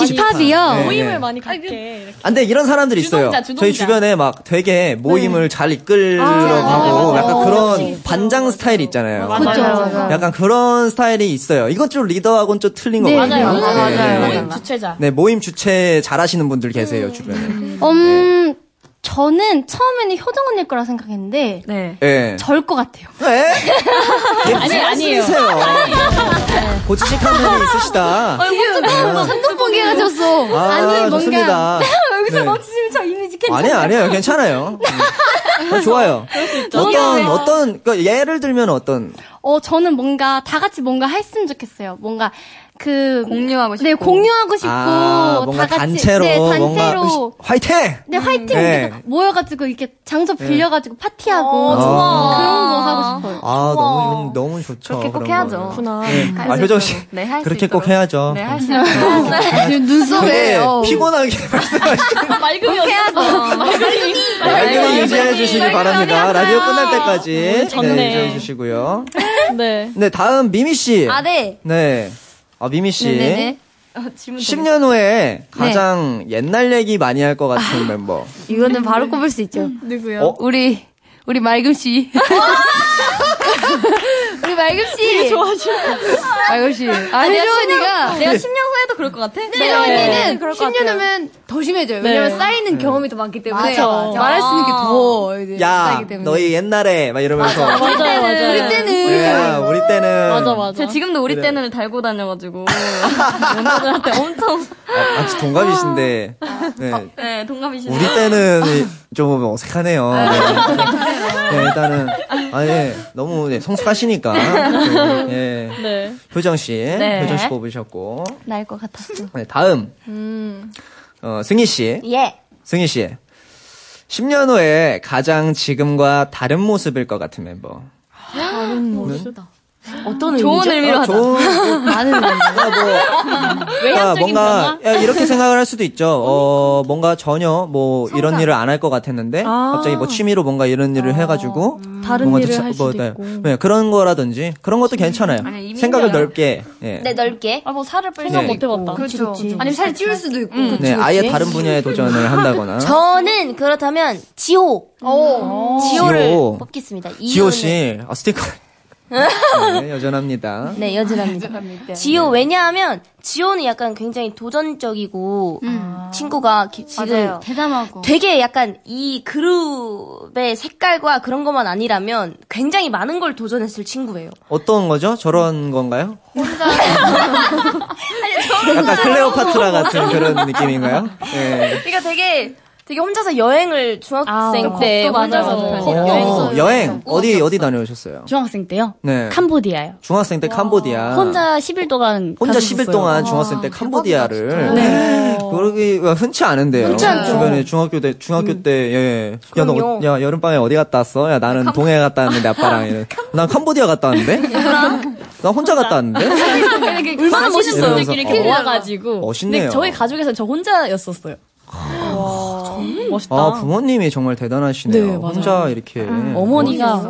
집합이요? 네, 네. 모임을 많이 갖게. 아, 근데 이런 사람들이 있어요. 주동자, 주동자. 저희 주변에 막 되게 모임을 잘 이끌려고 하고 약간 그런 반장 스타일 이 있잖아요. 맞아요, 그쵸. 맞아요. 약간 그런 스타일이 있어요. 이건 좀 리더하고는 좀 틀린 네, 것 같아요. 맞아요. 맞아요. 네, 네. 모임 주최자. 네, 모임 주최 잘 하시는 분들 계세요, 주변에. 음, 저는 처음에는 효정 언니일 거라 생각했는데, 네. 절 것 같아요. 아니, 아니에요. 고지식한 분이 있으시다. 한두 번개가 졌어. 아, 아니, 좋습니다. *laughs* 뭔가. 여기서 네. 멈추시면 저 이미지 아니에요, 아니에요. 괜찮아요. 음. 어, *laughs* 좋아요. 어떤, 좋네요. 어떤, 그 예를 들면 어떤, 어, 저는 뭔가 다 같이 뭔가 했으면 좋겠어요. 뭔가 그 공유하고 싶고. 네, 공유하고 싶고 아, 뭔가 다 같이 단체로, 네, 단체로 뭔가, 으쌰, 화이팅! 네, 화이팅 네. 그래서 모여가지고 이렇게 장소 네. 빌려가지고 파티하고 어, 좋아. 그런 거 하고 싶어요. 아, 너무, 너무 좋죠. 그렇게 꼭 그런 해야죠. 거는. 구나. 네. 할수 아, 효정 있도록. 씨. 네, 할수 그렇게 있도록. 꼭 해야죠. 음. 네, 할수 네. 눈썹에, 근데 *laughs* 어. 피곤하게 맑음이 해야죠. 말씀을 유지해 주시기 바랍니다. 라디오 끝날 오늘 때까지. 졌네. 네, 유지해 주시고요. 네. 네, 다음 미미 씨. 아, 네. 네. 아, 미미 씨. 네네네. 10년 후에 가장 옛날 얘기 많이 할 것 같은 멤버. 어, 이거는 바로 꼽을 수 있죠. 누구요? 우리 우리 맑음 씨. 우리 맑음 씨. 되게 좋아하셔. 맑음 씨. 아, 내가 혜주 10년 언니가 내가 10년 후에도 그럴 것 같아? 혜주 언니는 10년 후면 더 심해져요. 왜냐면 네. 쌓이는 경험이 더 많기 때문에 맞아, 맞아. 말할 수 있는 게더 이제 야, 쌓이기 때문에. 너희 옛날에 막 이러면서. 맞아, 맞아, 맞아. 우리 때는 야, 우리 때는. 제가 지금도 우리 그래. 때는 달고 다녀가지고 원더들한테 엄청 아, 같이 동갑이신데. 어, 네. 네 동갑이시죠. 우리 때는 좀 어색하네요. 아, 네. 네, 일단은 아 예. 너무 네, 성숙하시니까. 네, 예. 네. 효정 씨, 네. 효정 씨 뽑으셨고. 날 것 같았어. 네, 다음 음. 어, 승희 씨. 예. 승희 씨. 10년 후에 가장 지금과 다른 모습일 것 같은 멤버. 멋있다. 어떤 의미죠? 좋은 의미로 아, 하자. *laughs* 좋은- 많은 아, 외향적인 뭔가 야, 이렇게 생각을 할 수도 있죠. 어, 뭔가 전혀 뭐 이런 일을 안 할 것 같았는데 아. 갑자기 뭐 취미로 뭔가 이런 일을 해가지고 아. 음. 다른 뭔가 일을 자- 할 수도 네. 있고. 네, 그런 거라든지 그런 것도 괜찮아요. 아니, 이미 생각을 힘들어요. 넓게. 예. 네, 넓게. 어. 아, 뭐 살을 뺄 생각 수도 못 해봤다. 그렇죠. 아니면 살 찌울 수도 있고. 네, 아예 다른 분야에 *laughs* 도전을 한다거나. 저는 그렇다면 지호. 음. 지호를 어. 지호. 뽑겠습니다. 지호 이유는- 씨 아, 스티커 *laughs* 네, 여전합니다. 네, 여전합니다. 지호 왜냐하면 지호는 약간 굉장히 도전적이고 친구가 기- 지금 맞아요. 대담하고. 되게 약간 이 그룹의 색깔과 그런 것만 아니라면 굉장히 많은 걸 도전했을 친구예요. 어떤 거죠? 저런 건가요? 저런 약간 거죠. 클레오파트라 같은 그런 느낌인가요? 네. 그러니까 되게 되게 혼자서 여행을 중학생 때 걷고 혼자서 어, 여행을 여행 어디 어디 다녀오셨어요? 중학생 때요? 네. 캄보디아요. 중학생 때 캄보디아. 혼자 10일 동안 혼자 갔었어요. 10일 동안 중학생 때 캄보디아를 네. 그러기 흔치 않은데요. 흔치 않죠. 음. 주변에 중학교 때 중학교 때 예. 야, 너, 그럼요. 야 여름 방에 어디 갔다 왔어? 야 나는 동해 갔다 왔는데 아빠랑 이래. 난 캄보디아 갔다 왔는데? *laughs* 난 혼자 갔다 왔는데? 얼마나 멋있어요. 이러면서, 이렇게 어. 모아가지고. 멋있네요. 근데 저희 가족에서 저 혼자였었어요. 정말 멋있다. 아 부모님이 정말 대단하시네요. 혼자 이렇게 음, 뭐, 어머니가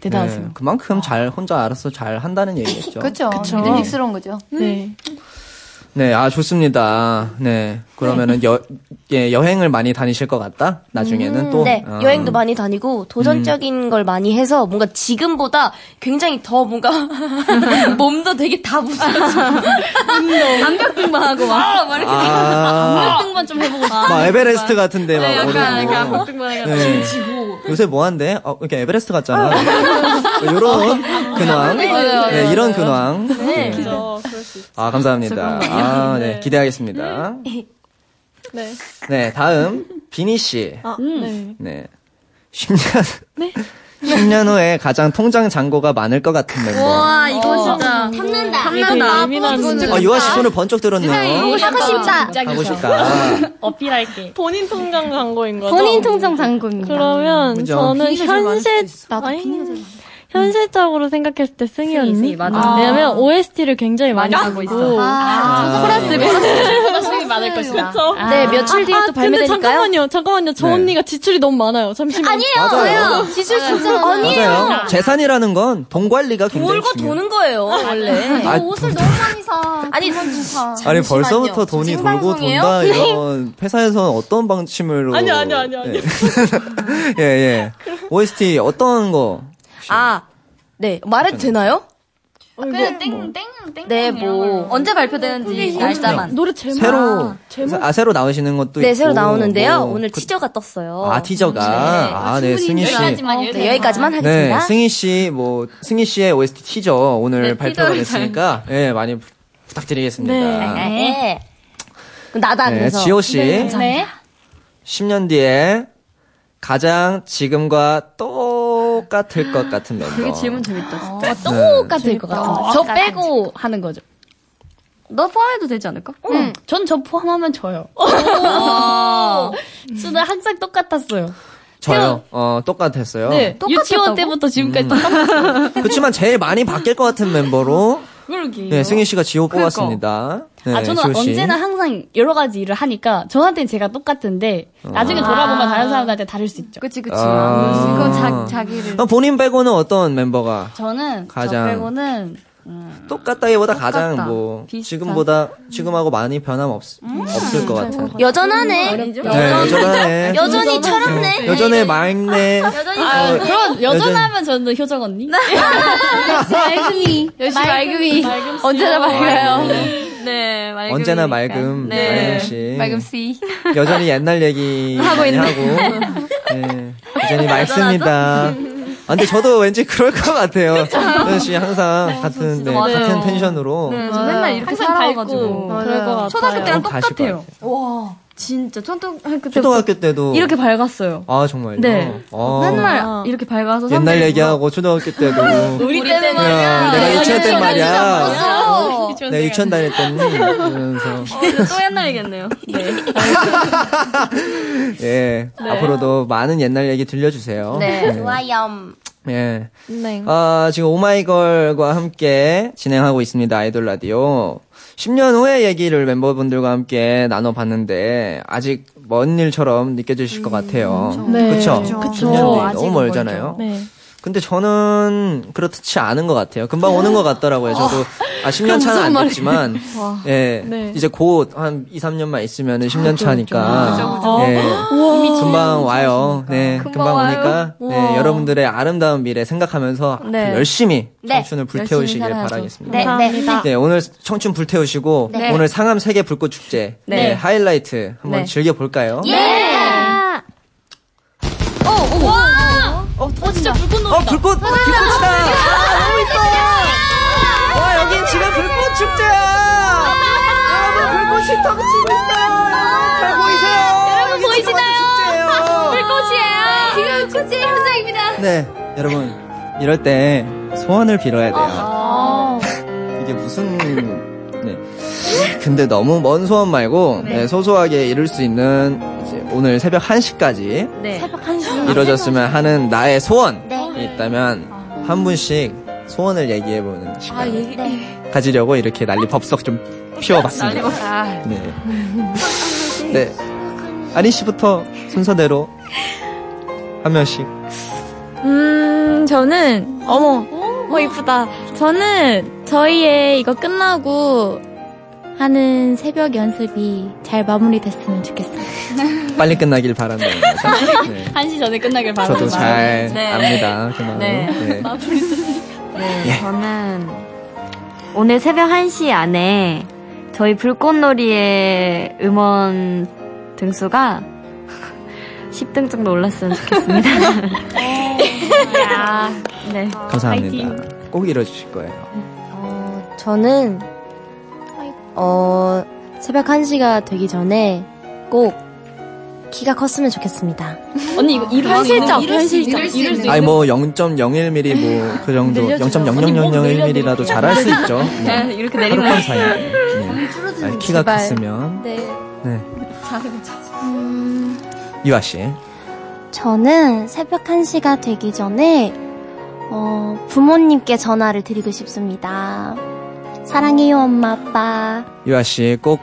대단하세요. 네, 그만큼 잘 혼자 알아서 잘 한다는 얘기겠죠. 그렇죠. 믿음직스러운 거죠. 네. 네, 아 좋습니다. 네, 그러면은 여, 예, 여행을 많이 다니실 것 같다. 나중에는 음, 또 네, 어. 여행도 많이 다니고 도전적인 음. 걸 많이 해서 뭔가 지금보다 굉장히 더 뭔가 *laughs* 몸도 되게 다부서고 암벽 등반하고 막. 막 아. 이렇게 아. 암벽 등반 좀 해보고 싶어. 막 에베레스트 같은데 막 네, 약간 이렇게 오르고. 암벽 등반 네. 해가지고 지고. 요새 뭐 한대? 어, 이렇게 에베레스트 같잖아. 뭐 요런 근황. 네, 맞아요, 네, 맞아요. 이런 근황. 네. 그죠. 그럴 수 있어. 아, 감사합니다. 아, 네, 기대하겠습니다. 네. 네, 다음 비니 씨. 아, 네. 네. 10년. 10년 후에 가장 통장 잔고가 많을 것 같은 멤버. 와 이거 진짜 탐난다. 탐난다. 아, 유아 씨 손을 번쩍 들었네요. 하고 싶다. 어필할게. 본인 통장 광고인 거죠? 본인 통장 잔고입니다. 그러면 그죠. 저는 비니가 제일 현실 많을 아니, 음. 현실적으로 생각했을 때 승희 언니 맞아. 왜냐면 OST를 굉장히 많이 하고 있어. 아. 코러스 코러스 많을 것이다. 그쵸? 아, 네, 며칠 뒤에 또 근데 발매되니까요. 잠깐만요, 잠깐만요. 저 네. 언니가 지출이 너무 많아요. 잠시만요. 아니에요. 맞아요. 지출 진짜 맞아요. 많아요. 재산이라는 건 돈 관리가 굉장히 돌고 중요해요. 도는 거예요 네. 원래. 아, 옷을 너무 많이 사. 아니 아니 벌써부터 돈이 돌고 생방송이에요? *laughs* 돈다 이런 회사에서는 어떤 방침으로 아니요, 아니요, 아니요, 아니요. 예, *laughs* 예. OST 어떤 거? 아, 아네 말해도 되나요? 그냥 땡, 땡, 땡. 네, 뭐. 어, 언제 발표되는지 그게 날짜만. 노래 새로 아 새로 나오시는 것도 네 있고, 새로 나오는데요. 뭐, 오늘 그- 티저가 떴어요. 아 티저가 아 네 승희 씨 네, 여기까지만 하겠습니다. 네, 네, 승희 씨, 뭐, 승희 씨의 OST 티저 오늘 발표가 티저를 됐으니까, 예, 많이 부- 부탁드리겠습니다. 네. 그럼 나다 아, 네, 그래서. 지호 씨. 네, 네. 10년 뒤에 가장 지금과 똑같을 것 같은 멤버. 그게 질문 재밌다. 진짜. 네. 어, 똑같을 것 같아. 저 빼고 하는 거죠. 음. 너 포함해도 되지 않을까? 네. 응. 전 저 포함하면 저요. 어. 어. 저는 항상 어. 똑같았어요. 저요, 어, 똑같았어요. 네. 유치원 때부터 지금까지 음. 똑같았어요. 그렇지만 제일 많이 바뀔 것 *laughs* 같은 멤버로, 그러게요. 네, 승희 씨가 지호 그러니까. 뽑았습니다. 네, 아, 저는 지호 씨. 언제나 항상 여러 가지 일을 하니까 저한테는 제가 똑같은데 나중에 아. 돌아보면 다른 사람들한테 다를 수 있죠. 그치 그치. 아. 그건 자- 자기를. 그럼 본인 빼고는 어떤 멤버가? 저는 가장- 저 빼고는 똑같다기보다 똑같다. 가장 뭐 비슷한. 음, 지금보다 지금하고 많이 변함 없, 없을 것 같아요. 여전하네. 네, 여전하네. 여전히 철없네. 여전히 막내. 아, 그럼 여전하면 어, 여전. 저는 효정 언니. 맑음이. 역시 맑음이. 맑음 씨. 언제나 맑아요. 네, 맑음. 그러니까. 언제나 맑음, 네. 맑음 씨. 맑음 씨. 여전히 옛날 얘기 *laughs* 하고 많이 있네. 하고. 네, 여전히 맑습니다. 아, 근데 저도 왠지 그럴 것 같아요. 효정 씨 항상 같은 네, 맞아요. 같은 텐션으로. 네, 저 맨날 이렇게 항상 살아가지고. 밝고 어, 그럴 것 같아요. 초등학교 때랑 너무 가실 똑같아요. 와, 진짜. 초등학교 때. 초등학교 때도 이렇게 밝았어요. 아 정말요. 네. 아. 맨날 이렇게 밝아서. 옛날 선배님 얘기하고 초등학교 때도 우리 때는 야, 말이야. 네, 내가 유치원 때 유치원 아, 네. 아, 네, 말이야. 다녔어. 내가 유치원 네, 다닐 때는 그러면서 또 옛날 *laughs* 얘기했네요. 네. 예 네. 앞으로도 많은 옛날 얘기 들려주세요. 네. *laughs* 좋아요. 예. 네. 아, 지금 오마이걸과 함께 진행하고 있습니다. 아이돌 라디오. 10년 후의 얘기를 멤버분들과 함께 나눠봤는데, 아직 먼 일처럼 느껴지실 것 같아요. 네. 그쵸? 그쵸. 10년 뒤 너무 아직은 멀잖아요. 네. 근데 저는 그렇지 않은 것 같아요. 금방 오는 것 어. 같더라고요. 저도, 아, 10년 차는 안 됐지만, 예. 네. 아, 이제 곧 한 2, 3년만 있으면 10년 차니까. 그죠. 예. 우와. 금방 와요. 네. 금방, 금방 와요. 오니까 네, 우와. 여러분들의 아름다운 미래 생각하면서 네. 열심히 네. 청춘을 열심히 불태우시길 살아야죠. 바라겠습니다. 네, 감사합니다. 네, 오늘 청춘 불태우시고 네. 오늘 상암 세계 불꽃 축제 네. 네, 하이라이트 한번 네. 즐겨 볼까요? 예! 어, 오, 와! 어, 진짜 불꽃 어, 불꽃 불꽃이다. 아, 너무 이뻐. 와, 여긴 지금 불꽃 축제야. 여러분 불꽃이 터치고 있다. 잘 보이세요? 여기 축제예요. 아, 네. 불꽃이에요. 지금 축제 현장입니다. 네, 여러분 이럴 때 소원을 빌어야 돼요. 아. 이게 무슨 네. 근데 너무 먼 소원 말고 네, 소소하게 이룰 수 있는 이제 오늘 새벽 1시까지 네. 새벽 이뤄졌으면 하는 나의 소원이 있다면 한 분씩 소원을 얘기해 보는 시간 아. 얘기. 네. 가지려고 이렇게 난리 법석 좀 피워봤습니다. 네. 네. 아린 씨부터 순서대로 한 명씩. 음, 저는, 어머, 어, 이쁘다. 저는 저희의 이거 끝나고 하는 새벽 연습이 잘 마무리됐으면 좋겠어요. 빨리 끝나길 바란다는 거죠. 네. 1시 전에 끝나길 바랍니다. 저도 잘 압니다. 그 마음. 네. 네. 아, 예. 네, 저는 오늘 새벽 1시 안에 저희 불꽃놀이의 음원 등수가 *laughs* 10등 정도 올랐으면 *laughs* 좋겠습니다. 야, 네. 감사합니다. 꼭 이뤄주실 거예요. 저는 어 새벽 1시가 되기 전에 꼭 키가 컸으면 좋겠습니다. 언니 이거 이룰 수 있는 현실적, 이룰 수 있는 현실적. 이룰 수 있는 아니 뭐 0.01mm 뭐 그 정도 늘려주죠. 언니 목 0.0001mm라도 늘려드릴게요. 잘할 수 있죠. 뭐 네, 이렇게 하룻밤 내리면 사이. 아니, 키가 제발. 컸으면. 네. 네. 작은 차지. 유아 씨. 저는 새벽 1시가 되기 전에 어, 부모님께 전화를 드리고 싶습니다. 사랑해요 엄마 아빠. 유아 씨 꼭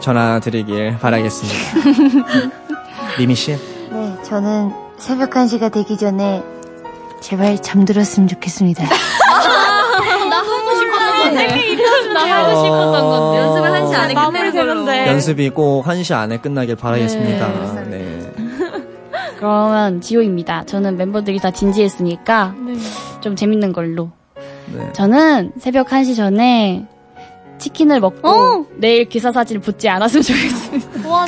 전화 드리길 바라겠습니다. 리미 씨. 네, 저는 새벽 1시가 되기 전에 제발 잠들었으면 좋겠습니다. 나 어, 하고 싶었던 네. 건데. 네. 나 하고 싶었던 건데. 연습을 한시 안에 끝내는 걸로. 연습이 꼭 1시 안에 끝나길 바라겠습니다. 네. 그러면 지호입니다. 저는 멤버들이 다 진지했으니까 네. 좀 재밌는 걸로. 네. 저는 새벽 1시 전에 치킨을 먹고 어? 내일 기사 사진을 붙지 않았으면 좋겠습니다. 와,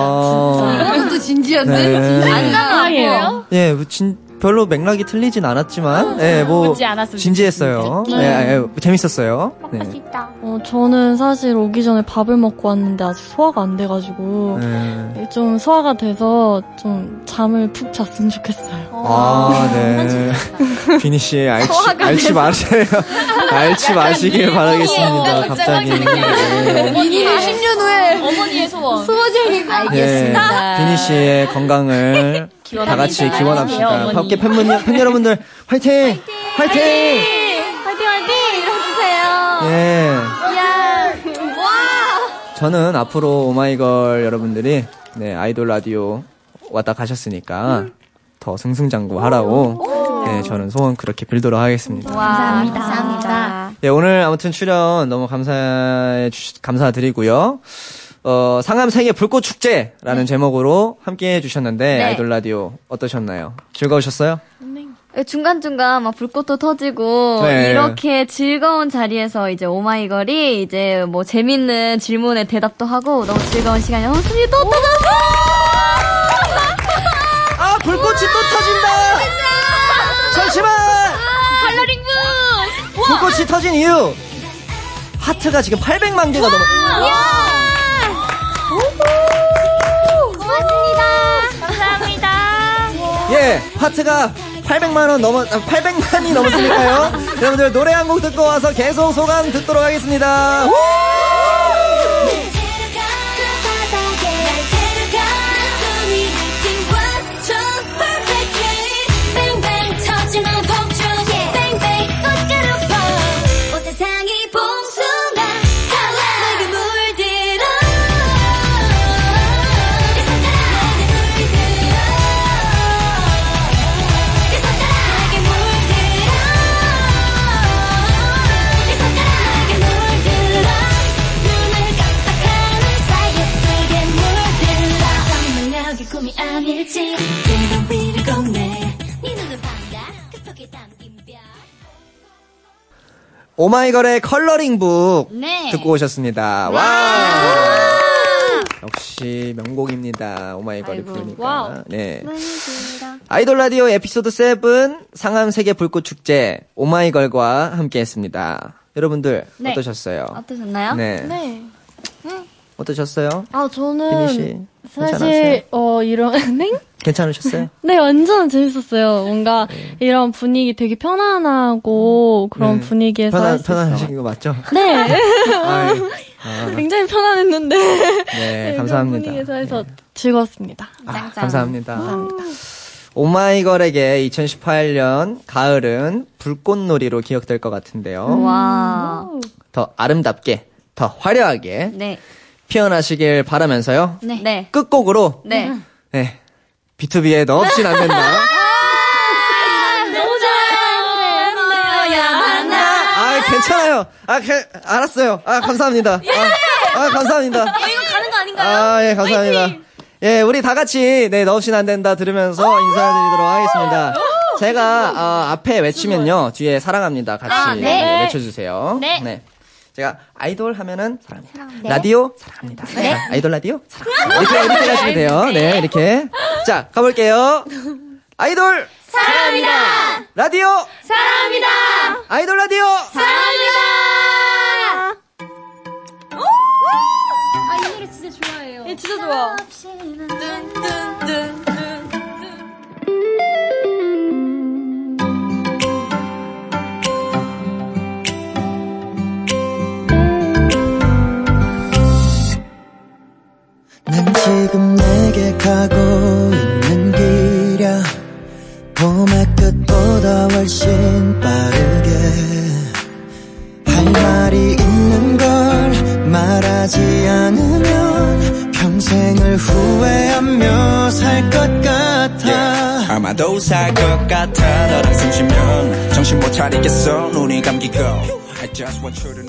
아. 이것도 진지한데? 네. 안장아 뭐예요? 예, 뭐 진, 별로 맥락이 틀리진 않았지만, 예, 뭐, 묻지 않았으면 진지했어요. 좋겠어요. 예, 예, 재밌었어요. 네. 네. 어, 저는 사실 오기 전에 밥을 먹고 왔는데 아직 소화가 안 돼가지고 네. 좀 소화가 돼서 좀 잠을 푹 잤으면 좋겠어요. 아, *laughs* 네. 비니 씨, 알지, 소화가 알지 돼서. *laughs* 마세요. 알지 마시길 바라겠습니다. 갑자기. 네. 어머니의 10년 후에 어머니의 소원. 소원이 예, *laughs* 비니 씨의 건강을 기원합니다. 네, 다 같이 기원합시다. 사랑해요, 밖에 팬분, *laughs* 팬 여러분들, 화이팅! 화이팅! 화이팅 화이팅 일어주세요. 예. 야. 와. 저는 앞으로 오마이걸 여러분들이 네, 아이돌 라디오 왔다 가셨으니까 더 승승장구 하라고 네, 저는 소원 그렇게 빌도록 하겠습니다. 아, 감사합니다. 감사합니다. 네, 오늘 아무튼 출연 너무 감사해 주 감사드리고요. 어, 상암 세계 불꽃 축제라는 제목으로 함께 해 주셨는데 네. 아이돌 라디오 어떠셨나요? 즐거우셨어요? 중간중간 막 불꽃도 터지고 네. 이렇게 즐거운 자리에서 이제 오마이걸이 이제 뭐 재밌는 질문에 대답도 하고 너무 즐거운 시간이었습니다. 또 아 불꽃이 또 터진다. 잠시만. 아, 컬러링 부. 불꽃이 터진 이유. 하트가 지금 800만 개가 넘어. 고맙습니다. 감사합니다. 예, 하트가 800만 원 넘어 800만이 *laughs* 넘었으니까요. 여러분들 노래 한 곡 듣고 와서 계속 소감 듣도록 하겠습니다. 꿈이 아닐지 그런 위를 건네 네 눈을 반다 끝속에 담긴 별 오마이걸의 컬러링북 네. 듣고 오셨습니다. 와. 역시 명곡입니다. 오마이걸이 부르니까. 네. 아이돌 라디오 에피소드 7 상암 세계 불꽃 축제 오마이걸과 함께 했습니다. 여러분들 네. 어떠셨어요? 음. 어떠셨나요? 네. 어떠셨어요? 아, 비니 씨, 저는 괜찮았어요? 사실, 어, 이런, *laughs* 네? 괜찮으셨어요? 네, 완전 재밌었어요. 뭔가 이런 분위기 되게 편안하고 그런 네. 분위기에서 편안, 할수 있어요. 편안하신 거 맞죠? *laughs* 네. 아이, 아, *laughs* 굉장히 편안했는데. 네, 이런 감사합니다. 네. 아, 분위기에서 해서 즐거웠습니다. 감사합니다. 오마이걸에게 2018년 가을은 불꽃놀이로 기억될 것 같은데요. 음. 와. 더 아름답게, 더 화려하게 네. 피어나시길 바라면서요. 네. 네. 끝곡으로 네. 네, B2B에 너 없진 *laughs* 안 된다. 너무 좋아요. 아, 괜찮아요. 아, 그, 알았어요. 아, 감사합니다. 아, 아, 감사합니다. 예. 어, 이거 가는 거 아닌가요? 아, 예, 감사합니다. 예, 우리 다 같이, 네, 넣으신 안 된다 들으면서 인사드리도록 하겠습니다. 제가, 어, 앞에 외치면요, 뒤에 사랑합니다. 같이 아, 네. 네, 외쳐주세요. 네. 제가 아이돌 하면은 사랑합니다. 네. 라디오 사랑합니다. 아, 아이돌 라디오 사랑합니다. 이렇게, 이렇게 하시면 돼요. 네, 이렇게. 자, 가볼게요. 아이돌! 사랑합니다. 라디오! 사랑합니다. 아이돌 라디오! 사랑합니다. 아, 이 노래 진짜 좋아해요. 예, 진짜 좋아. 뚠뚠뚠뚠뚠. 난 지금 내게 가고 있는 길이야 봄의 끝보다 훨씬 빠르게 할 말이 있는 걸 말하지 않으면 너를 후회하며 살 것 같아 예, 아마도 살 것 같아 너랑 숨쉬면 정신 못 차리겠어 눈이 감기고 I just want you to know